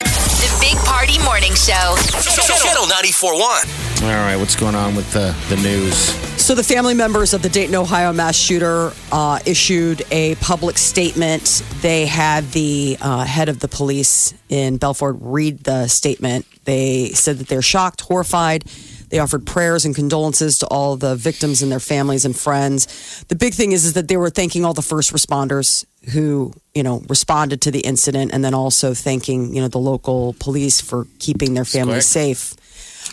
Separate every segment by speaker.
Speaker 1: The Big Party Morning Show.
Speaker 2: Channel 94.1.
Speaker 3: All right, what's going on with the, the news?
Speaker 4: So the family members of the Dayton, Ohio mass shooter uh, issued a public statement. They had the uh, head of the police in Belford read the statement. They said that they're shocked, horrified. They offered prayers and condolences to all the victims and their families and friends. The big thing is, is that they were thanking all the first responders who, you know, responded to the incident and then also thanking, you know, the local police for keeping their families safe.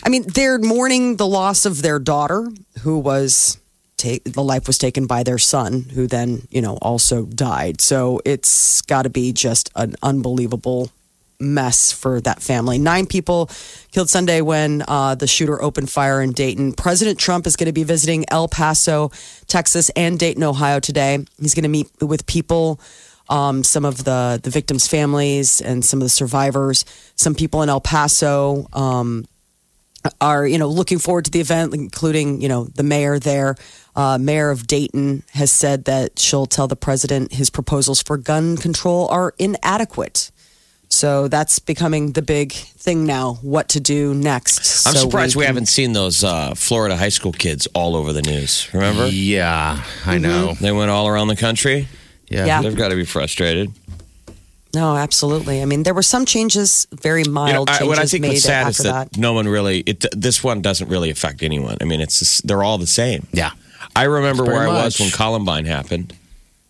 Speaker 4: I mean, they're mourning the loss of their daughter, who was take the life was taken by their son, who then you know also died. So it's got to be just an unbelievable mess for that family. Nine people killed Sunday when uh, the shooter opened fire in Dayton. President Trump is going to be visiting El Paso, Texas, and Dayton, Ohio today. He's going to meet with people. Um, some of the, the victims' families and some of the survivors, some people in El Paso, um, are you know looking forward to the event, including you know the mayor there. Uh, mayor of Dayton has said that she'll tell the president his proposals for gun control are inadequate. So that's becoming the big thing now. What to do next?
Speaker 5: I'm
Speaker 4: So
Speaker 5: surprised we,
Speaker 4: can-
Speaker 5: haven't seen those uh, Florida high school kids all over the news. Remember? Mm-hmm.
Speaker 3: Yeah, I know.
Speaker 5: They went all around the country.
Speaker 4: Yeah.
Speaker 5: They've got to be frustrated.
Speaker 4: No, absolutely. I mean, there were some changes, very
Speaker 5: You know,
Speaker 4: mild
Speaker 5: I,
Speaker 4: changes
Speaker 5: what I think
Speaker 4: made
Speaker 5: was sad is
Speaker 4: after
Speaker 5: that,
Speaker 4: that.
Speaker 5: no one really. It, this one doesn't really affect anyone. I mean, it's just, they're all the same.
Speaker 3: Yeah.
Speaker 5: I remember
Speaker 3: Pretty
Speaker 5: where I was
Speaker 3: much.
Speaker 5: when Columbine happened.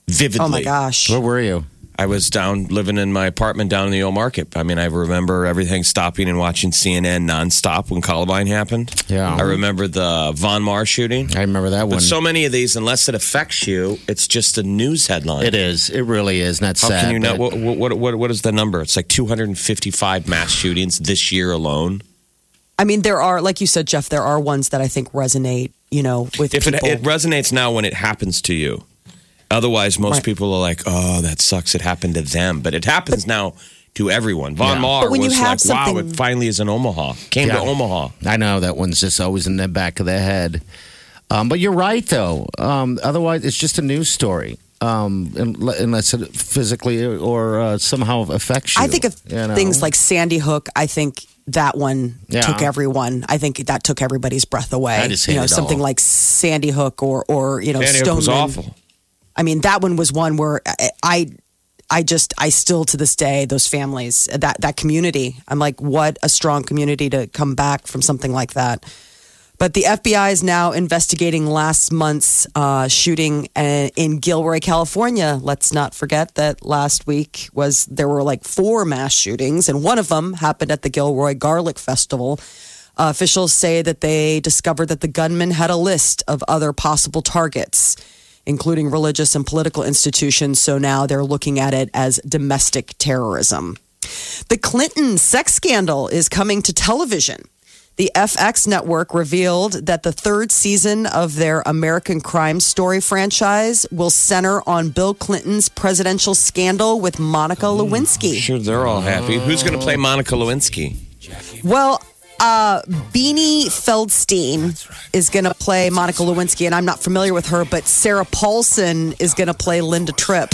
Speaker 5: Vividly.
Speaker 4: Oh my gosh!
Speaker 3: Where were you?
Speaker 5: I was down living in my apartment down in the old market. I mean, I remember everything stopping and watching CNN nonstop when Columbine happened.
Speaker 3: Yeah.
Speaker 5: I remember the Von Mar shooting.
Speaker 3: I remember that one.
Speaker 5: But so many of these, unless it affects you, it's just a news headline.
Speaker 3: it is. It really is. And that's
Speaker 5: How
Speaker 3: sad.
Speaker 5: can you know?
Speaker 3: but-
Speaker 5: What, what, what, what is the number? It's like 255 mass shootings this year alone.
Speaker 4: I mean, there are, like you said, Jeff, there are ones that I think resonate. You know, with
Speaker 5: If it,
Speaker 4: people.
Speaker 5: it resonates now when it happens to you. Otherwise, most
Speaker 4: Right.
Speaker 5: people are like, oh, that sucks. It happened to them. But it happens now to everyone. Von
Speaker 3: Yeah.
Speaker 5: Maur
Speaker 4: But when you
Speaker 5: was like,
Speaker 4: have
Speaker 5: wow,
Speaker 4: something-
Speaker 5: it finally is in Omaha. Came to
Speaker 3: Yeah.
Speaker 5: Omaha.
Speaker 3: I know that one's just always in the back of the head. Um, but you're right, though. Um, otherwise, it's just a news story, um, un- unless it physically or uh, somehow affects you.
Speaker 4: I think of
Speaker 3: you know?
Speaker 4: things like Sandy Hook. I think that one
Speaker 3: Yeah.
Speaker 4: took everyone. I think that took everybody's breath away.
Speaker 3: I just
Speaker 4: you know
Speaker 3: hate it
Speaker 4: something
Speaker 3: all.
Speaker 4: like Sandy Hook or or you know
Speaker 5: Sandy Hook
Speaker 4: Stoneman.
Speaker 5: was awful.
Speaker 4: I mean, that one was one where I. I I just, I still to this day, those families, that that community, I'm like, what a strong community to come back from something like that. But the FBI is now investigating last month's uh, shooting uh, in Gilroy, California. Let's not forget that last week was there were like four mass shootings, and one of them happened at the Gilroy Garlic Festival. Uh, officials say that they discovered that the gunman had a list of other possible targets, including religious and political institutions. So now they're looking at it as domestic terrorism. The Clinton sex scandal is coming to television. The FX network revealed that the third season of their American Crime Story franchise will center on Bill Clinton's presidential scandal with Monica Lewinsky.
Speaker 5: Sure, they're all happy. Who's going to play Monica Lewinsky?
Speaker 4: Well, uh, Beanie Feldstein is going to play Monica Lewinsky, and I'm not familiar with her, but Sarah Paulson is going to play Linda Tripp.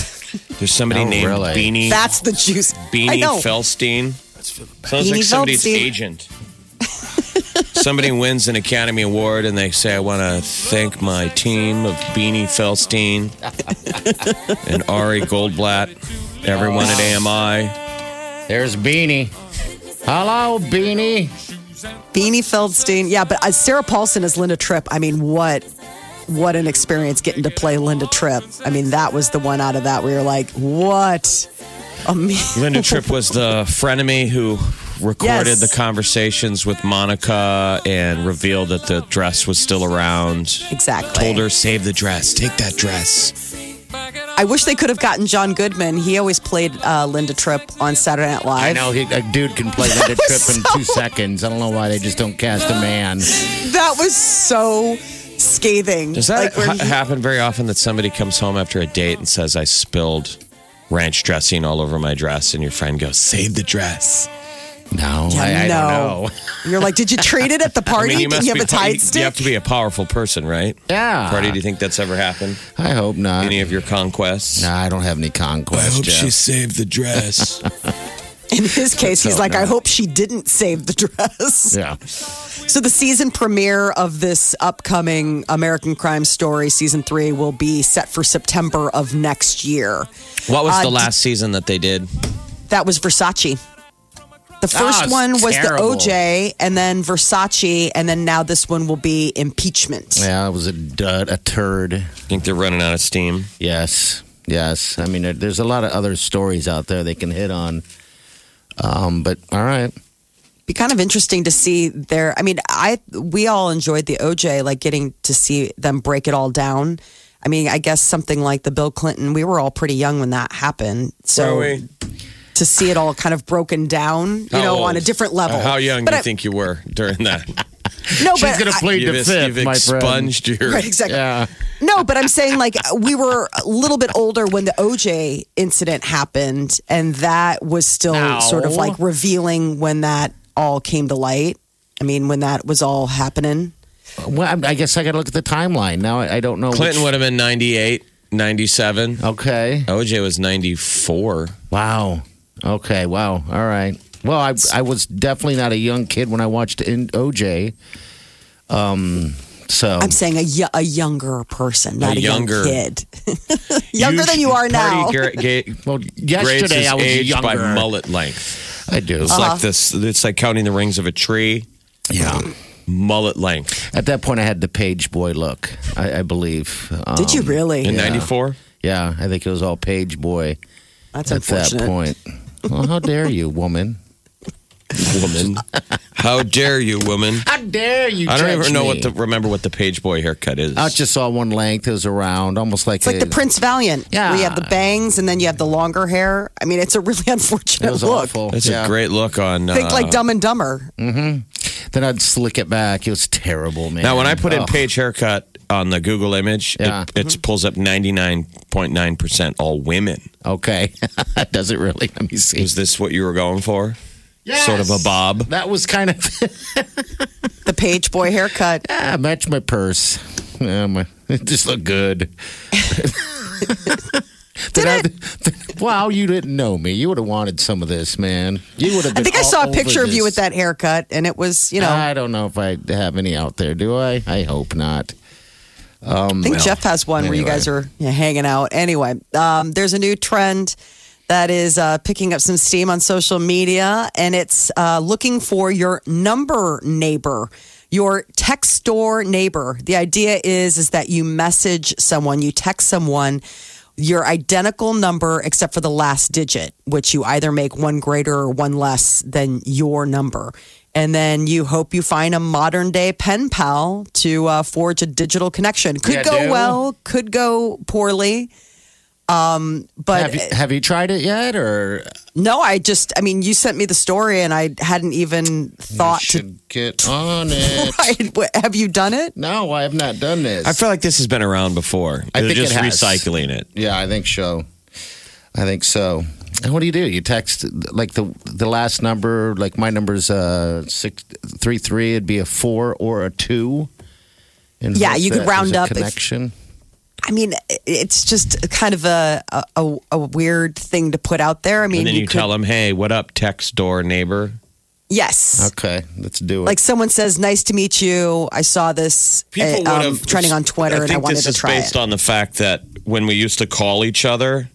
Speaker 5: There's somebody
Speaker 3: Oh,
Speaker 5: named
Speaker 3: really?
Speaker 5: Beanie
Speaker 4: That's the juice. I
Speaker 5: Beanie
Speaker 4: know.
Speaker 5: Feldstein. Sounds like
Speaker 4: Beanie
Speaker 5: somebody's
Speaker 4: Feldstein.
Speaker 5: agent. Somebody wins an Academy Award and they say, I want to thank my team of Beanie Feldstein and Ari Goldblatt, everyone at AMI.
Speaker 3: there's Beanie. Hello, Beanie.
Speaker 4: Beanie Feldstein. Yeah, but uh, Sarah Paulson as Linda Tripp. I mean, what what an experience getting to play Linda Tripp. I mean, that was the one out of that where you're like, what? Amazing.
Speaker 5: Linda Tripp was the frenemy who recorded
Speaker 4: Yes.
Speaker 5: the conversations with Monica and revealed that the dress was still around.
Speaker 4: Exactly.
Speaker 5: Told her, save the dress, take that dress.
Speaker 4: I wish they could have gotten John Goodman. He always played uh, Linda Tripp on Saturday Night Live.
Speaker 3: I know he, a dude can play Linda Tripp in two seconds. I don't know why they just don't cast a man.
Speaker 4: That was so scathing.
Speaker 5: Does that
Speaker 4: Like, where
Speaker 5: ha-
Speaker 4: he-
Speaker 5: happen very often that somebody comes home after a date and says, I spilled ranch dressing all over my dress? And your friend goes, Save the dress.
Speaker 3: No,
Speaker 4: Yeah,
Speaker 3: I, I don't
Speaker 4: no.
Speaker 3: know.
Speaker 4: You're like, did you trade it at the party? Did you have
Speaker 5: be
Speaker 4: a
Speaker 5: pa-
Speaker 4: tide
Speaker 5: you-
Speaker 4: stick?
Speaker 5: you have to be a powerful person, right?
Speaker 3: Yeah.
Speaker 5: Freddie, do you think that's ever happened?
Speaker 3: I hope
Speaker 4: Uh,
Speaker 3: not.
Speaker 5: Any of your conquests?
Speaker 3: no, I don't have any conquest. Jeff.
Speaker 5: saved the dress.
Speaker 4: In his case, he's
Speaker 3: So
Speaker 4: like, I
Speaker 3: no.
Speaker 4: hope she didn't save the dress.
Speaker 3: yeah.
Speaker 4: So the season premiere of this upcoming American Crime Story season three will be set for September of next year.
Speaker 5: what was
Speaker 4: Uh,
Speaker 5: the
Speaker 4: d-
Speaker 5: last season that they did?
Speaker 4: That was Versace. The first
Speaker 3: Ah, it's
Speaker 4: one was
Speaker 3: terrible.
Speaker 4: the OJ, and then Versace, and then now this one will be impeachment.
Speaker 3: Yeah, it was a dud, a turd.
Speaker 5: I think they're running out of steam.
Speaker 3: Yes, yes. I mean, there- there's a lot of other stories out there they can hit on. Um, but all right,
Speaker 4: be kind of interesting to see their i mean i we all enjoyed the oj like getting to see them break it all down i mean i guess something like the bill clinton we were all pretty young when that happened so to see it all kind of broken down you know on a different level
Speaker 5: How young
Speaker 4: But
Speaker 5: do you
Speaker 4: I-
Speaker 5: think you were during that?
Speaker 4: no
Speaker 3: she's
Speaker 4: but
Speaker 3: gonna
Speaker 4: I-
Speaker 3: plead
Speaker 5: you've
Speaker 3: the
Speaker 5: ex-
Speaker 3: fifth,
Speaker 5: you've
Speaker 3: my friend.
Speaker 5: expunged your.
Speaker 4: right exactly
Speaker 3: Yeah,
Speaker 4: No, but I'm saying like we were a little bit older when the OJ incident happened, and that was still
Speaker 3: No.
Speaker 4: sort of like revealing when that all came to light. I mean, when that was all happening.
Speaker 3: well, I, I guess I got to look at the timeline now. I, I don't know.
Speaker 5: Clinton would
Speaker 3: which-
Speaker 5: have been 98, 97.
Speaker 3: Okay.
Speaker 5: OJ was 94.
Speaker 3: Wow. Okay. Wow. All right. Well, I I was definitely not a young kid when I watched in OJ. Um. So
Speaker 4: I'm saying a, yo- a younger person, not a,
Speaker 5: younger-
Speaker 4: young kid. younger than you are now.
Speaker 5: Party gra- ga-
Speaker 3: well,
Speaker 5: grades
Speaker 3: yesterday
Speaker 5: his
Speaker 3: I was
Speaker 5: age
Speaker 3: younger.
Speaker 5: by mullet length.
Speaker 3: I do.
Speaker 5: It's
Speaker 4: Uh-huh.
Speaker 5: like this. It's like counting the rings of a tree.
Speaker 3: Yeah.
Speaker 5: Mullet length
Speaker 3: Uh-huh. At that point, I had the page boy look. I, I believe. Um,
Speaker 4: Did you really?
Speaker 5: in '94.
Speaker 3: Yeah, I think it was all page boy
Speaker 4: That's
Speaker 3: at that
Speaker 4: unfortunate.
Speaker 3: point. Well, how dare you, woman?
Speaker 5: Woman, how dare you, woman?
Speaker 3: How dare you?
Speaker 5: I don't even know what
Speaker 3: the.
Speaker 5: the remember what the page boy haircut is.
Speaker 3: I Uh, just saw one length. It was around, almost like
Speaker 4: It's like the Prince Valiant.
Speaker 3: Yeah.
Speaker 4: Where you have the bangs and then you have the longer hair. I mean, it's a really unfortunate
Speaker 3: It was
Speaker 4: look.
Speaker 3: awful.
Speaker 5: That's
Speaker 3: Yeah.
Speaker 5: a great look on.
Speaker 4: Think
Speaker 5: uh,
Speaker 4: like Dumb and Dumber.
Speaker 3: Then I'd slick it back. It was terrible, man. Oh,
Speaker 5: Now, when I put in
Speaker 3: Ugh.
Speaker 5: page haircut on the Google image,
Speaker 3: Yeah.
Speaker 5: it,
Speaker 4: Mm-hmm.
Speaker 5: it pulls up 99.9% all women.
Speaker 3: okay, does it really? Let me see.
Speaker 5: Is this what you were going for? Sort of a bob.
Speaker 3: That was kind of
Speaker 4: The page boy haircut.
Speaker 3: ah, match my purse. Yeah, my, it just looked good. Did wow, you didn't know me. You would have wanted some of this, man. You would have.
Speaker 4: I
Speaker 3: been
Speaker 4: think I
Speaker 3: all
Speaker 4: saw a
Speaker 3: over
Speaker 4: picture of you
Speaker 3: this.
Speaker 4: with that haircut, and it was, you know,
Speaker 3: I don't know if I have any out there. Do I? I hope not. Um,
Speaker 4: I think Jeff has one where you guys are you know, hanging out. Anyway, um, there's a new trend that is uh, picking up some steam on social media, and it's uh, looking for your number neighbor. Your text store neighbor. The idea is is that you message someone, you text someone your identical number except for the last digit, which you either make one greater or one less than your number. And then you hope you find a modern day pen pal to uh, forge a digital connection. Could
Speaker 3: Yeah,
Speaker 4: go
Speaker 3: dude.
Speaker 4: well, could go poorly. Um, but
Speaker 3: Have you, have you tried it yet? Or
Speaker 4: no, I just, I mean, you sent me the story and I hadn't even thought to.
Speaker 3: should get on it.
Speaker 4: Right. What- Have you done it?
Speaker 3: No, I have not done this.
Speaker 5: I feel like this has been around before.
Speaker 3: I
Speaker 5: They're
Speaker 3: think
Speaker 5: just
Speaker 3: it has.
Speaker 5: recycling it.
Speaker 3: yeah, I think so. I think so. And what do you do? You text like the the last number, like my number's uh six three three. It'd be a four or a two. And
Speaker 4: Yeah,
Speaker 3: hope
Speaker 4: you could
Speaker 3: that
Speaker 4: round
Speaker 3: there's a
Speaker 4: up if-
Speaker 3: connection.
Speaker 4: I mean, it's just kind of a, a- a, a weird thing to put out there. I mean,
Speaker 5: And then you,
Speaker 4: could-
Speaker 5: tell them, hey, what up, text door neighbor?
Speaker 4: Yes.
Speaker 3: okay, let's do it.
Speaker 4: like someone says, "Nice to meet you." I saw this uh, um, trending on Twitter, and I wanted
Speaker 5: this
Speaker 4: to
Speaker 5: is
Speaker 4: try
Speaker 5: based
Speaker 4: it.
Speaker 5: on the fact that when we used to call each other,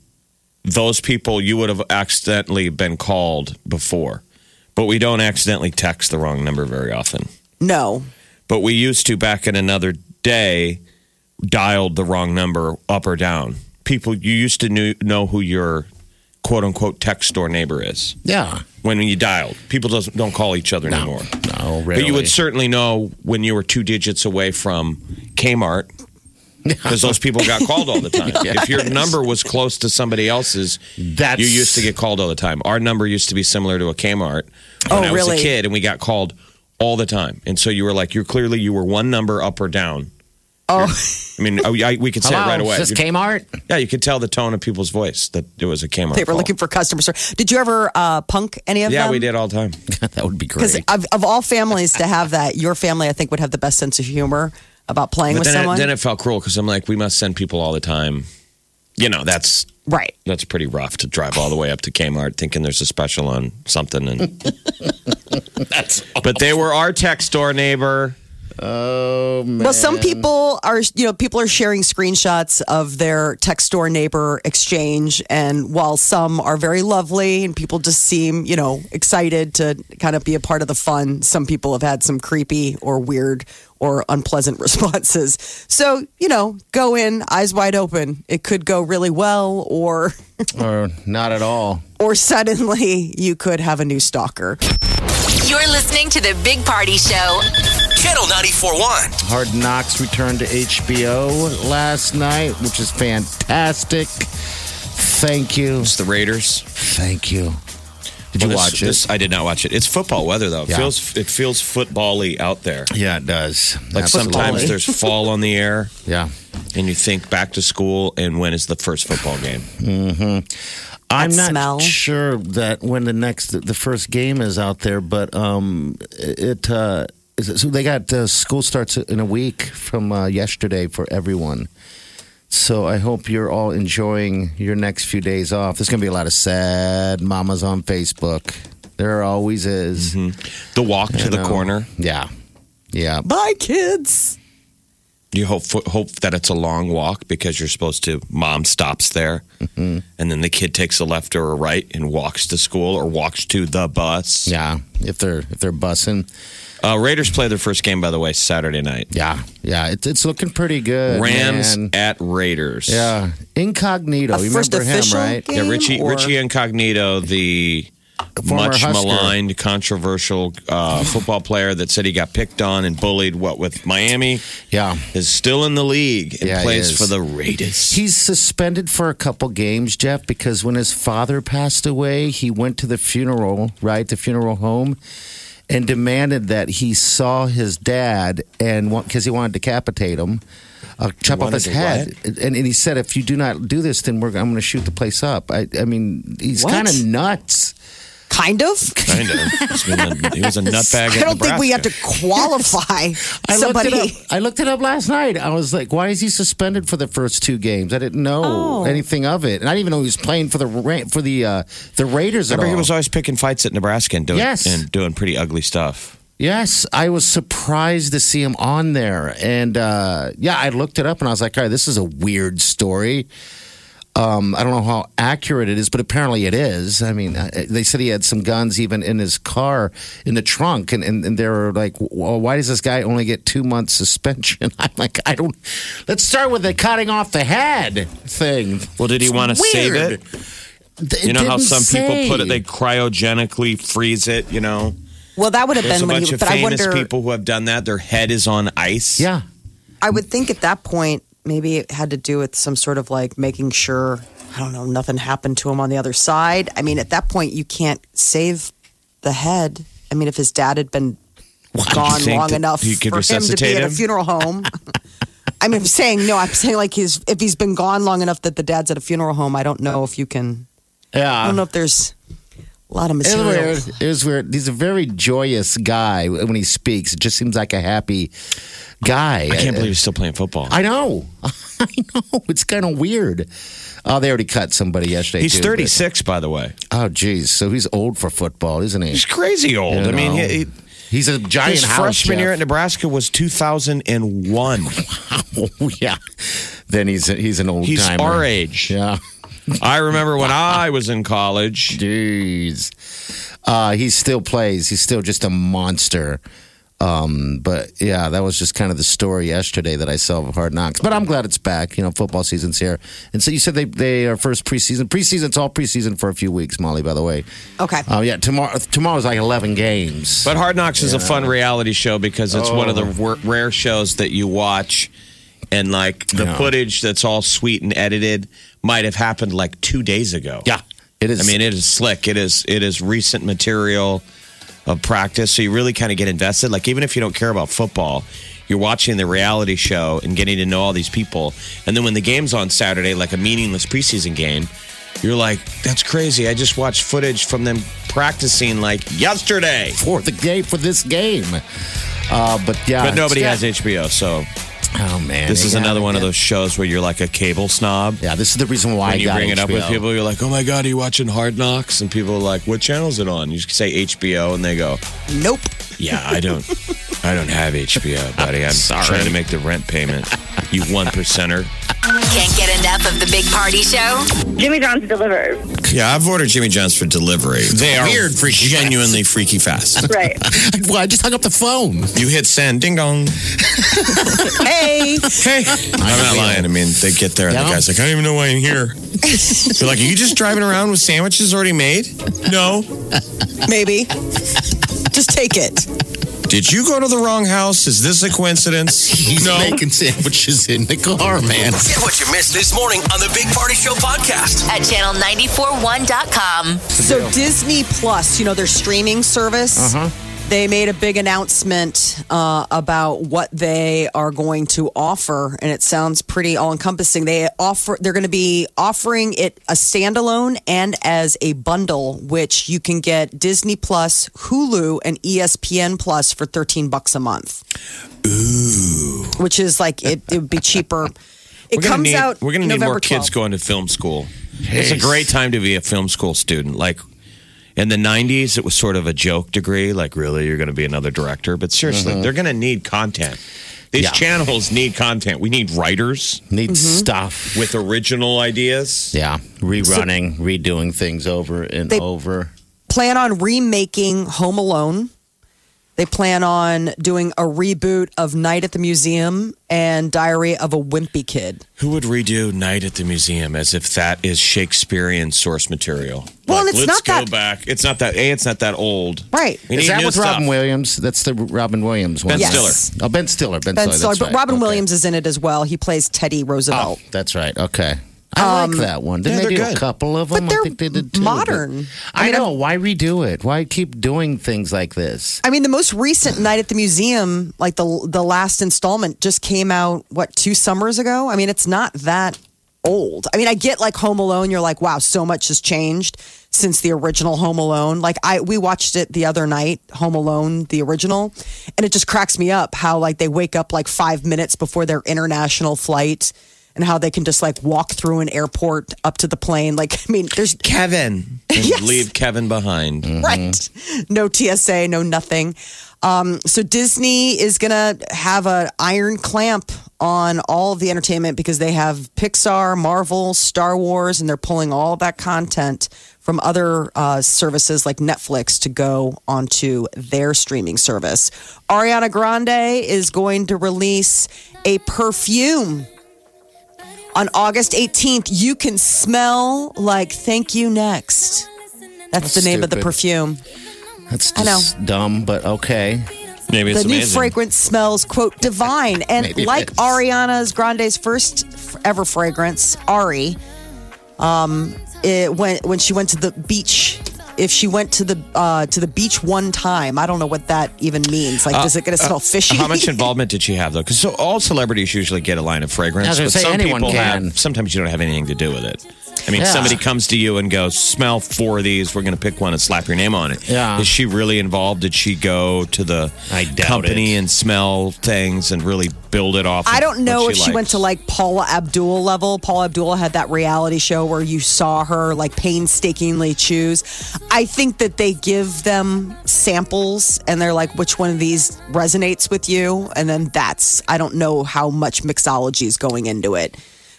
Speaker 5: those people you would have accidentally been called before. But we don't accidentally text the wrong number very often.
Speaker 4: no,
Speaker 5: but we used to back in another day dialed the wrong number up or down people you used to knew, know who your quote unquote text store neighbor is
Speaker 3: yeah,
Speaker 5: when you dialed people doesn't don't call each other
Speaker 3: no,
Speaker 5: anymore
Speaker 3: no,
Speaker 5: but you
Speaker 3: rarely.
Speaker 5: would certainly know when you were two digits away from kmart because those people got called all the time. If your number was close to somebody else's,
Speaker 3: That's-
Speaker 5: you used to get called all the time. Our number used to be similar to a Kmart when
Speaker 4: Oh,
Speaker 5: I was
Speaker 4: really?
Speaker 5: a kid, and we got called all the time. And so you were like, you're clearly you were one number up or down.
Speaker 4: Oh,
Speaker 5: I mean, I, I- we could say it
Speaker 3: Hello,
Speaker 5: right away.
Speaker 3: Is this Kmart?
Speaker 5: yeah, you could tell the tone of people's voice that it was a Kmart.
Speaker 4: they were
Speaker 5: call.
Speaker 4: looking for customer service. Did you ever uh, punk any of
Speaker 5: Yeah,
Speaker 4: them?
Speaker 5: we did all the time.
Speaker 3: that would be
Speaker 4: Because
Speaker 3: great.
Speaker 4: of, of all families to have that, your family, I think, would have the best sense of humor about playing
Speaker 5: But
Speaker 4: with
Speaker 5: then it,
Speaker 4: someone.
Speaker 5: then it felt cruel because I'm like, we must send people all the time. You know, that's
Speaker 4: right.
Speaker 5: that's pretty rough to drive all the way up to Kmart thinking there's a special on something. And
Speaker 3: That's
Speaker 5: but they were our tech store neighbor.
Speaker 3: oh man.
Speaker 4: Well, some people are, you know, people are sharing screenshots of their text store neighbor exchange. And while some are very lovely and people just seem, you know, excited to kind of be a part of the fun, some people have had some creepy or weird or unpleasant responses. So, you know, go in eyes wide open. It could go really well or.
Speaker 3: or not at all.
Speaker 4: Or suddenly you could have a new stalker.
Speaker 1: You're listening to the Big Party Show.
Speaker 2: Channel 94.1.
Speaker 3: Hard Knocks returned to HBO last night, which is fantastic. Thank you.
Speaker 5: It's the Raiders.
Speaker 3: Thank you. Did you
Speaker 5: Well, this-
Speaker 3: watch
Speaker 5: this- I did not watch it. It's football weather though. It
Speaker 3: Yeah.
Speaker 5: feels it feels football-y out there.
Speaker 3: it? Yeah, it does.
Speaker 5: Like
Speaker 3: Absolutely.
Speaker 5: sometimes there's fall on the air,
Speaker 3: Yeah.
Speaker 5: and you think back to school and when is the first football game?
Speaker 3: I'm not
Speaker 4: smell.
Speaker 3: sure that when the next the first game is out there, but um, it uh, is it, so they got uh, school starts in a week from uh, yesterday for everyone. So I hope you're all enjoying your next few days off. There's gonna be a lot of sad mamas on Facebook. There always is.
Speaker 5: The walk to
Speaker 3: You
Speaker 5: the
Speaker 3: know?
Speaker 5: corner.
Speaker 3: Yeah, yeah.
Speaker 4: Bye, kids.
Speaker 5: You hope hope that it's a long walk because you're supposed to. Mom stops there,
Speaker 3: Mm-hmm.
Speaker 5: and then the kid takes a left or a right and walks to school or walks to the bus.
Speaker 3: Yeah, if they're if they're bussing,
Speaker 5: Uh, Raiders play their first game, by the way, Saturday night.
Speaker 3: yeah, yeah. It, it's looking pretty good.
Speaker 5: Rams
Speaker 3: man.
Speaker 5: at Raiders.
Speaker 3: yeah, incognito.
Speaker 4: A
Speaker 3: you
Speaker 4: first
Speaker 3: remember him,
Speaker 4: official
Speaker 3: right?
Speaker 4: game?
Speaker 5: Yeah, Richie
Speaker 4: or-
Speaker 5: Richie Incognito, the
Speaker 3: Former
Speaker 5: much
Speaker 3: Husker.
Speaker 5: maligned, controversial uh, football player that said he got picked on and bullied. What with Miami
Speaker 3: Yeah.
Speaker 5: is still in the league and
Speaker 3: Yeah, he
Speaker 5: plays
Speaker 3: is.
Speaker 5: for the Raiders.
Speaker 3: He's suspended for a couple games, Jeff, because when his father passed away, he went to the funeral, right? The funeral home and demanded that he saw his dad and because he wanted to decapitate him, uh, chop off his
Speaker 5: wanted to
Speaker 3: head. And, and he said, if you do not do this, then we're, I'm going to shoot the place up. I, I mean, he's
Speaker 4: What?
Speaker 3: kind of nuts.
Speaker 4: Kind of.
Speaker 5: kind of. He's been a- he was a nutbag.
Speaker 4: I
Speaker 5: in
Speaker 4: don't think we have
Speaker 5: Nebraska.
Speaker 4: to qualify
Speaker 3: I looked
Speaker 4: somebody.
Speaker 3: it up. I looked it up last night. I was like, "Why is he suspended for the first two games?" I didn't know anything of it, and I didn't even know he was playing for the Ra- for the uh, the Raiders. At
Speaker 5: Remember, he
Speaker 3: all.
Speaker 5: was always picking fights at Nebraska and doing
Speaker 3: Yes.
Speaker 5: and doing pretty ugly stuff.
Speaker 3: Yes, I was surprised to see him on there, and uh, yeah, I looked it up and I was like, "All right, this is a weird story." Um, I don't know how accurate it is, but apparently it is. I mean, I- they said he had some guns even in his car in the trunk, and, and, and they were like, well, "Why does this guy only get two months suspension?" I'm like, "I don't." Let's start with the cutting off the head thing.
Speaker 5: Well, did he
Speaker 3: It's
Speaker 5: want to save
Speaker 3: weird.
Speaker 5: it?
Speaker 3: It
Speaker 5: You know how
Speaker 3: didn't
Speaker 5: some
Speaker 3: say.
Speaker 5: people put it, they cryogenically freeze it. You know,
Speaker 4: Well, that would have
Speaker 5: there's
Speaker 4: been
Speaker 5: a
Speaker 4: when
Speaker 5: bunch
Speaker 4: he.
Speaker 5: of
Speaker 4: But I
Speaker 5: famous
Speaker 4: wonder.
Speaker 5: people who have done that. Their head is on ice.
Speaker 3: yeah.
Speaker 4: I would think at that point maybe it had to do with some sort of like making sure I don't know nothing happened to him on the other side. I mean, at that point you can't save the head. I mean, if his dad had been gone
Speaker 5: you think
Speaker 4: long
Speaker 5: that
Speaker 4: enough
Speaker 5: he could
Speaker 4: for him to be
Speaker 5: resuscitate
Speaker 4: at a
Speaker 5: him?
Speaker 4: funeral home. I mean, I'm saying no. I'm saying like he's if he's been gone long enough that the dad's at a funeral home. I don't know if you can.
Speaker 3: Yeah.
Speaker 4: I don't know if there's a lot of
Speaker 3: It was
Speaker 4: material.
Speaker 3: weird. It was weird. He's a very joyous guy when he speaks. It just seems like a happy guy.
Speaker 5: I can't believe he's still playing football.
Speaker 3: I know. I know. It's kind of weird. Oh, they already cut somebody yesterday.
Speaker 5: He's
Speaker 3: too, but-
Speaker 5: 36, by the way.
Speaker 3: Oh, geez. So he's old for football, isn't he?
Speaker 5: He's crazy old.
Speaker 3: You
Speaker 5: I mean,
Speaker 3: know?
Speaker 5: he, he,
Speaker 3: he's a giant
Speaker 5: his
Speaker 3: house,
Speaker 5: freshman year at
Speaker 3: Jeff.
Speaker 5: Nebraska was 2001.
Speaker 3: Oh, yeah. Then he's he's an old
Speaker 5: He's
Speaker 3: timer.
Speaker 5: our age.
Speaker 3: Yeah.
Speaker 5: I remember when I was in college.
Speaker 3: Jeez. Uh, he still plays. He's still just a monster. Um, but yeah, that was just kind of the story yesterday that I saw of Hard Knocks. But I'm glad it's back. You know, football season's here. And so you said they they are first preseason. Preseason, it's all preseason for a few weeks, Molly. By the way.
Speaker 4: Okay.
Speaker 3: Oh yeah, tomorrow tomorrow's like 11 games. Oh.
Speaker 5: But Hard Knocks is a fun reality show because it's one of the wor- rare shows that you watch and like the
Speaker 3: Yeah.
Speaker 5: footage that's all sweet and edited might have happened like two days ago.
Speaker 3: Yeah, it is.
Speaker 5: I mean, it is slick. It is it is recent material of practice. So you really kind of get invested. Like even if you don't care about football, you're watching the reality show and getting to know all these people. And then when the game's on Saturday, like a meaningless preseason game, you're like, "That's crazy! I just watched footage from them practicing like yesterday."
Speaker 3: for the game for this game. Uh, but yeah,
Speaker 5: But nobody
Speaker 3: it's-
Speaker 5: has HBO, so
Speaker 3: Oh man,
Speaker 5: this
Speaker 3: they
Speaker 5: is
Speaker 3: got
Speaker 5: another
Speaker 3: it,
Speaker 5: one of
Speaker 3: man.
Speaker 5: those shows where you're like a cable snob.
Speaker 3: Yeah, this is the reason why I
Speaker 5: when you
Speaker 3: got
Speaker 5: bring it up with
Speaker 3: HBO.
Speaker 5: people, you're like, "Oh my god, are you watching Hard Knocks?" And people are like, "What channel is it on?" You say HBO, and they go,
Speaker 4: Nope.
Speaker 5: "Yeah, I don't, I don't have HBO, buddy. I'm
Speaker 3: Sorry.
Speaker 5: trying to make the rent payment. You one percenter."
Speaker 1: Can't get enough of the Big Party Show.
Speaker 6: Jimmy John's delivers.
Speaker 5: Yeah, I've ordered Jimmy John's for delivery. They are
Speaker 3: Weird freaky
Speaker 5: genuinely freaky fast.
Speaker 6: Right.
Speaker 3: Well, I just hung up the phone.
Speaker 5: You hit send, ding dong.
Speaker 4: Hey.
Speaker 5: Hey, I'm not lying. I mean, they get there and the
Speaker 3: Yeah.
Speaker 5: guy's like, I don't even know why I'm here. They're like, Are you just driving around with sandwiches already made? No.
Speaker 4: Maybe. Just take it.
Speaker 5: Did you go to the wrong house? Is this a coincidence?
Speaker 3: He's making sandwiches in the car, man.
Speaker 2: Get what you missed this morning on the Big Party Show podcast.
Speaker 1: At channel941.com.
Speaker 4: So Disney Plus, you know, their streaming service.
Speaker 5: Uh-huh.
Speaker 4: They made a big announcement uh, about what they are going to offer, and it sounds pretty all-encompassing. They offer they're going to be offering it a standalone and as a bundle, which you can get Disney Plus, Hulu, and E ESPN Plus for thirteen bucks a month. Ooh, which is like it, it would be cheaper. It
Speaker 5: We're gonna
Speaker 4: comes
Speaker 5: need,
Speaker 4: out.
Speaker 5: We're going to need
Speaker 4: November
Speaker 5: more kids
Speaker 4: 12th.
Speaker 5: going to film school. It's a great time to be a film school student. Like in the 90s, it was sort of a joke degree. Like, really, you're going to be another director? But seriously, they're going to need content. These
Speaker 3: Yeah.
Speaker 5: channels need content. We need writers
Speaker 3: Need
Speaker 4: Mm-hmm.
Speaker 3: stuff.
Speaker 5: with original ideas.
Speaker 3: Yeah, rerunning, redoing things over and
Speaker 4: They-
Speaker 3: over.
Speaker 4: plan on remaking Home Alone. They plan on doing a reboot of Night at the Museum and Diary of a Wimpy Kid.
Speaker 5: Who would redo Night at the Museum as if that is Shakespearean source material?
Speaker 4: Well, and
Speaker 5: Like,
Speaker 4: it's
Speaker 5: let's
Speaker 4: not
Speaker 5: go
Speaker 4: that-
Speaker 5: back. It's not that. A, it's not that old.
Speaker 4: Right.
Speaker 5: We
Speaker 3: Is
Speaker 5: need
Speaker 3: that
Speaker 5: new
Speaker 3: with
Speaker 5: stuff.
Speaker 3: Robin Williams? That's the Robin Williams one.
Speaker 5: Ben
Speaker 4: Yes.
Speaker 5: Stiller.
Speaker 3: Oh, Ben Stiller. Ben,
Speaker 4: Ben Stiller,
Speaker 3: that's
Speaker 4: but
Speaker 3: right.
Speaker 4: Robin
Speaker 3: Okay.
Speaker 4: Williams is in it as well. He plays Teddy
Speaker 3: Oh,
Speaker 4: Roosevelt.
Speaker 3: that's right. Okay. I like that one. Didn't
Speaker 5: yeah,
Speaker 3: they do
Speaker 5: they're
Speaker 3: a
Speaker 5: good.
Speaker 3: couple of them?
Speaker 4: Um, But they're
Speaker 3: I think they did two,
Speaker 4: modern.
Speaker 3: but- I, know. Why redo it? Why keep doing things like this?
Speaker 4: I mean, the most recent Night at the Museum, like the the last installment, just came out what two summers ago. I mean, it's not that old. I mean, I get like Home Alone. You're like, wow, so much has changed since the original Home Alone. Like I, we watched it the other night, Home Alone, the original, and it just cracks me up how like they wake up like five minutes before their international flight. And how they can just like walk through an airport up to the plane. Like, I mean, there's
Speaker 5: Kevin. And
Speaker 4: Yes. Mm.
Speaker 5: leave Kevin behind.
Speaker 4: right? No TSA, no nothing. Um, so Disney is gonna have an iron clamp on all of the entertainment because they have Pixar, Marvel, Star Wars, and they're pulling all that content from other uh, services like Netflix to go onto their streaming service. Ariana Grande is going to release a perfume. On August 18th, you can smell like thank you next. That's, the name of the
Speaker 3: Stupid.
Speaker 4: perfume.
Speaker 3: That's
Speaker 4: I know.
Speaker 3: just dumb, but okay.
Speaker 5: Maybe it's
Speaker 4: the new
Speaker 5: amazing.
Speaker 4: fragrance smells quote divine and
Speaker 3: Maybe it
Speaker 4: like
Speaker 3: is.
Speaker 4: ariana's grande's first f- ever fragrance ari um it went when she went to the beach if she went to the uh to the beach one time i don't know what that even means
Speaker 3: Uh,
Speaker 4: like is it gonna smell fishy
Speaker 5: How much involvement did she have though? Because so all celebrities usually get a line of fragrance,
Speaker 3: I was
Speaker 5: but
Speaker 3: gonna say,
Speaker 5: some
Speaker 3: anyone
Speaker 5: people
Speaker 3: can.
Speaker 5: have. Sometimes you don't have anything to do with it. I mean,
Speaker 3: Yeah.
Speaker 5: somebody comes to you and goes, "Smell four of these. We're going to pick one and slap your name on it."
Speaker 3: Yeah.
Speaker 5: Is she really involved? Did she go to the
Speaker 3: I doubt
Speaker 5: company
Speaker 3: it.
Speaker 5: and smell things and really build it off?
Speaker 4: I
Speaker 5: of
Speaker 4: don't know
Speaker 5: what
Speaker 4: if she went
Speaker 5: likes?
Speaker 4: to like Paula Abdul level. Paula Abdul had that reality show where you saw her like painstakingly choose. I think that they give them samples and they're like, which one of these resonates with you? And then that's, I don't know how much mixology is going into it.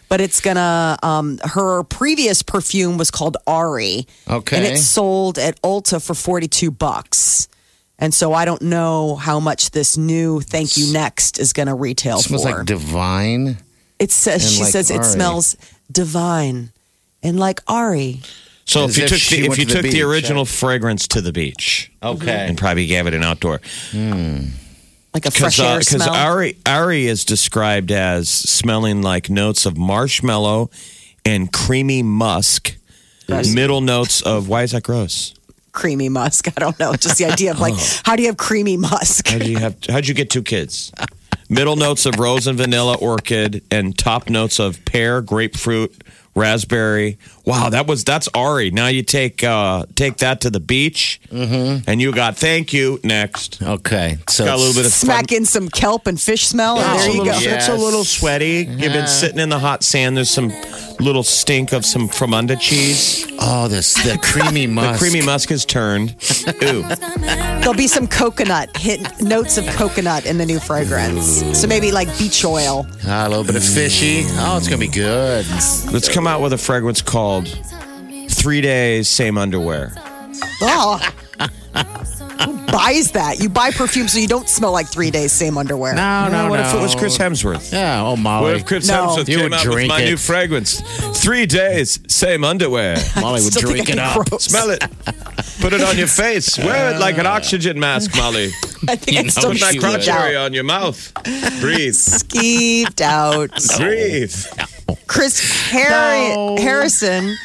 Speaker 4: But it's gonna. Um, her previous perfume was called Ari,
Speaker 3: Okay.
Speaker 4: and it sold at Ulta for forty-two bucks. And so I don't know how much this new Thank You Next is going to retail
Speaker 3: It smells
Speaker 4: for.
Speaker 3: like divine.
Speaker 4: it says
Speaker 3: and
Speaker 4: she
Speaker 3: like
Speaker 4: says it
Speaker 3: Ari.
Speaker 4: smells divine and like Ari.
Speaker 5: So
Speaker 3: As
Speaker 5: if you
Speaker 3: if
Speaker 5: took
Speaker 3: she
Speaker 5: the, if
Speaker 3: went
Speaker 5: you
Speaker 3: to the
Speaker 5: took the
Speaker 3: beach,
Speaker 5: original fragrance to the beach,
Speaker 3: Okay.
Speaker 5: and probably gave it an outdoor.
Speaker 4: like a fresh
Speaker 5: uh,
Speaker 4: air smell.
Speaker 5: Ari Ari is described as smelling like notes of marshmallow and creamy musk. Middle notes of why is that gross?
Speaker 4: creamy musk. I don't know. Just the idea of like,
Speaker 3: Oh.
Speaker 4: how do you have creamy musk?
Speaker 5: How would you have? How'd you get two kids? Middle notes of rose and vanilla orchid, and top notes of pear, grapefruit, raspberry. Wow, that was that's Ari. Now you take uh, take that to the beach,
Speaker 4: Mm-hmm.
Speaker 5: and you got thank you next.
Speaker 3: Okay, so
Speaker 5: Got a little bit of fun-
Speaker 4: Smack in some kelp and fish smell, and
Speaker 5: It's
Speaker 4: there
Speaker 5: a
Speaker 4: you go.
Speaker 5: little, It's a
Speaker 3: Yes.
Speaker 5: little sweaty. You've been sitting in the hot sand. There's some little stink of some fromunda cheese.
Speaker 3: Oh, this the creamy musk.
Speaker 5: Creamy musk has turned. Ooh.
Speaker 4: There'll be some coconut, hit notes of coconut in the new fragrance. So maybe like beach oil.
Speaker 3: Ah, a little bit of fishy. Oh, it's gonna be good.
Speaker 5: Let's come out with a fragrance called Three Days, Same Underwear.
Speaker 4: Oh. Who buys that? You buy perfume so you don't smell like three days same underwear.
Speaker 3: No, no,
Speaker 5: Now,
Speaker 3: no.
Speaker 5: what if it was Chris Hemsworth?
Speaker 3: Yeah. Oh,
Speaker 5: What
Speaker 3: Molly.
Speaker 5: if Chris
Speaker 4: No.
Speaker 5: Hemsworth
Speaker 3: You
Speaker 5: came
Speaker 3: would
Speaker 5: out with
Speaker 3: drink
Speaker 5: my
Speaker 3: it.
Speaker 5: new fragrance? Three days, same underwear.
Speaker 3: Molly would
Speaker 4: Still
Speaker 3: drink
Speaker 4: think
Speaker 3: it
Speaker 4: I'm
Speaker 3: up.
Speaker 4: gross.
Speaker 5: Smell it. Put it on your face. Wear it like
Speaker 3: Uh.
Speaker 5: an oxygen mask, Molly.
Speaker 4: I think
Speaker 3: You
Speaker 4: I still
Speaker 3: know
Speaker 5: Put that
Speaker 3: she would.
Speaker 5: crotch
Speaker 4: skeeved
Speaker 5: area
Speaker 4: out.
Speaker 5: on your mouth. Breathe.
Speaker 4: Skeeved out.
Speaker 5: Breathe.
Speaker 4: Chris Harri- Harrison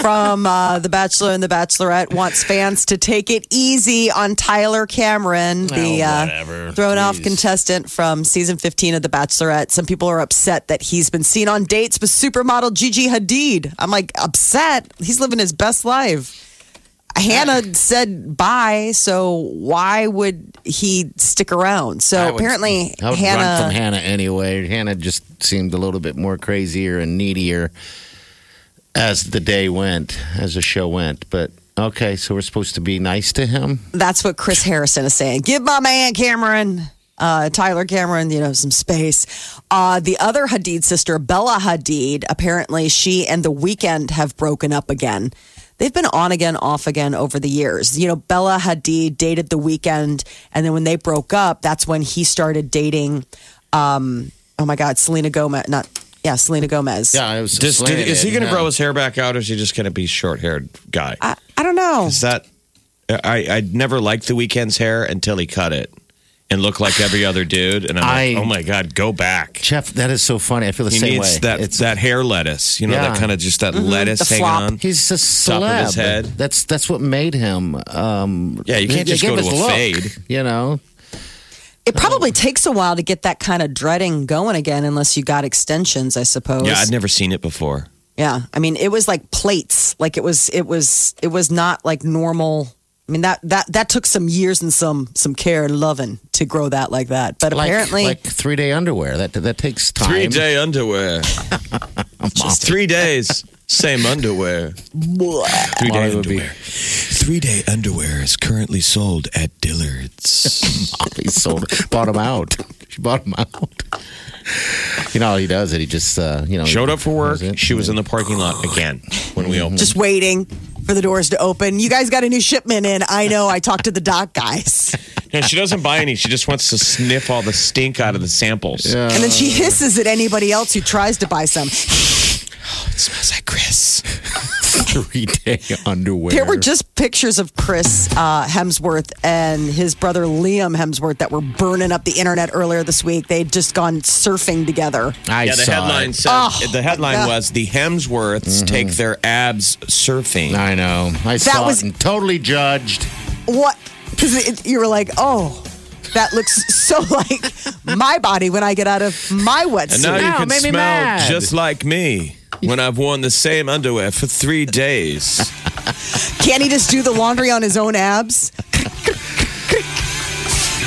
Speaker 4: from uh, The Bachelor and The Bachelorette wants fans to take it easy on Tyler Cameron, the
Speaker 3: whatever.
Speaker 4: uh, thrown off
Speaker 3: Jeez.
Speaker 4: contestant from season 15 of The Bachelorette. Some people are upset that he's been seen on dates with supermodel Gigi Hadid. I'm like, upset? He's living his best life. Hannah said bye, so why would he stick around? So
Speaker 3: I would-
Speaker 4: apparently,
Speaker 3: I would
Speaker 4: Hannah.
Speaker 3: run from Hannah anyway. Hannah just seemed a little bit more crazier and needier as the day went, as the show went. But okay, so we're supposed to be nice to him.
Speaker 4: That's what Chris Harrison is saying. Give my man Cameron, uh, Tyler Cameron, you know, some space. Uh, the other Hadid sister, Bella Hadid, apparently she and The Weeknd have broken up again. They've been on again, off again over the years. You know, Bella Hadid dated The Weeknd, and then when they broke up, that's when he started dating. Um, oh my God, Selena Gomez. Not yeah, Selena Gomez.
Speaker 3: Yeah, I was.
Speaker 5: Does, did, is he going to
Speaker 3: slanted,
Speaker 5: grow
Speaker 3: yeah.
Speaker 5: his hair back out, or is he just going to be short-haired guy?
Speaker 4: I, I don't know.
Speaker 5: is that I I never liked the weekend's hair until he cut it and looked like every other dude, and I'm like,
Speaker 3: I-
Speaker 5: oh my god, go back.
Speaker 3: Jeff, that is so funny. I feel the
Speaker 5: He
Speaker 3: same
Speaker 5: needs
Speaker 3: way.
Speaker 5: that
Speaker 3: It's-
Speaker 5: that hair lettuce, you know, that
Speaker 3: Yeah. Mm-hmm.
Speaker 5: kind of just that lettuce
Speaker 4: the
Speaker 5: hanging
Speaker 4: flop.
Speaker 5: on.
Speaker 3: He's a celeb.
Speaker 5: Top of his head.
Speaker 3: That's that's what made him. Um,
Speaker 5: Yeah, you can't
Speaker 3: they
Speaker 5: just
Speaker 3: gave
Speaker 5: go to
Speaker 3: his
Speaker 5: a
Speaker 3: look,
Speaker 5: fade.
Speaker 3: You know,
Speaker 4: It probably takes a while to get that kind of dreading going again, unless you got extensions, I suppose.
Speaker 5: Yeah, I'd never seen it before.
Speaker 4: Yeah, I mean, it was like plates. Like it was, it was, it was not like normal. I mean that that that took some years and some some care and loving to grow that like that. But
Speaker 3: like
Speaker 4: apparently,
Speaker 3: like three day underwear. That that takes time.
Speaker 5: Three day underwear. three days, same underwear. Three day
Speaker 3: Molly would be-
Speaker 5: underwear. Three day underwear is currently sold at Dillard's.
Speaker 3: He sold, bought him out. She bought him out. You know, how he does it. He just, uh, you know,
Speaker 5: Showed up for work.
Speaker 3: Is it?
Speaker 5: She was in the parking lot again when we opened.
Speaker 4: just
Speaker 3: Mm.
Speaker 4: waiting for the doors to open. You guys got a new shipment in. I know. I talked to the dock guys,
Speaker 5: No, she doesn't buy any. She just wants to sniff all the stink out of the samples.
Speaker 4: and then
Speaker 3: Uh.
Speaker 4: she hisses at anybody else who tries to buy some.
Speaker 5: It smells like Chris.
Speaker 3: three day underwear.
Speaker 4: There were just pictures of Chris uh, Hemsworth and his brother Liam Hemsworth that were burning up the internet earlier this week. They'd just gone surfing together.
Speaker 3: I
Speaker 5: yeah, the
Speaker 3: saw
Speaker 5: headline
Speaker 3: it.
Speaker 5: said the headline was the Hemsworths take their abs surfing.
Speaker 3: I know. I saw
Speaker 4: was-
Speaker 3: it and totally judged.
Speaker 4: What? Because you were like, oh, that looks so like my body when I get out of my
Speaker 5: And now
Speaker 4: wetsuit.
Speaker 5: you
Speaker 3: Wow,
Speaker 5: can
Speaker 3: made me
Speaker 5: smell
Speaker 3: mad.
Speaker 5: just like me when I've worn the same underwear for three days.
Speaker 4: Can't he just do the laundry on his own abs?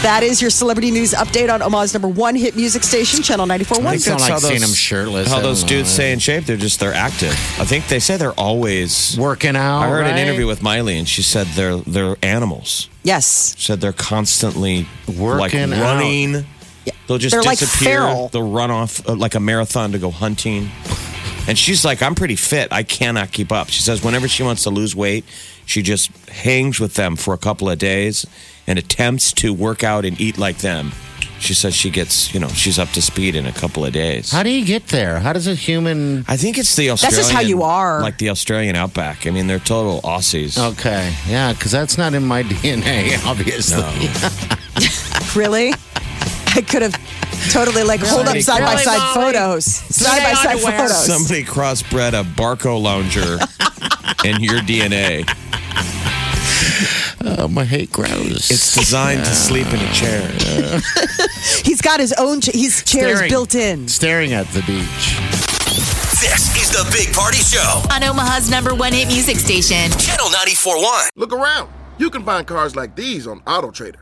Speaker 4: That is your celebrity news update on Omaha's number one hit music station, Channel 94.1.
Speaker 3: It's not
Speaker 5: That's
Speaker 3: like
Speaker 5: how
Speaker 3: seeing
Speaker 5: those-
Speaker 3: him shirtless.
Speaker 5: How
Speaker 3: I
Speaker 5: those
Speaker 3: don't
Speaker 5: dudes
Speaker 3: know.
Speaker 5: stay in shape, they're just they're active. I think they say they're always
Speaker 3: Working out.
Speaker 5: I heard an
Speaker 3: right?
Speaker 5: interview with Miley and she said they're they're animals.
Speaker 4: Yes.
Speaker 5: said they're constantly
Speaker 3: Working
Speaker 5: like
Speaker 3: out.
Speaker 5: running. They'll just
Speaker 4: They're like
Speaker 5: disappear.
Speaker 4: feral.
Speaker 5: They'll run off uh, like a marathon to go hunting. And she's like, I'm pretty fit. I cannot keep up. She says, whenever she wants to lose weight, she just hangs with them for a couple of days and attempts to work out and eat like them. She says she gets, you know, she's up to speed in a couple of days.
Speaker 3: How do you get there? How does a human?
Speaker 5: I think it's the Australian.
Speaker 4: That's just how you are.
Speaker 5: Like the Australian outback. I mean, they're total Aussies.
Speaker 3: Okay,
Speaker 5: Um,
Speaker 3: yeah, because that's not in my DNA, obviously.
Speaker 4: Really? I could have totally like hold up
Speaker 5: Really?
Speaker 4: side by
Speaker 5: Really,
Speaker 4: side photos, side by side photos.
Speaker 5: Somebody crossbred a Barco lounger in your DNA.
Speaker 3: Oh, my hate grows.
Speaker 5: It's designed to sleep in a chair.
Speaker 4: He's got his own. Ch- his chair is
Speaker 3: Staring.
Speaker 4: built in.
Speaker 3: staring at the beach.
Speaker 2: This is the Big Party Show,
Speaker 1: On Omaha's number one hit music station.
Speaker 2: Channel 941.
Speaker 6: Look around. You can find cars like these on AutoTrader.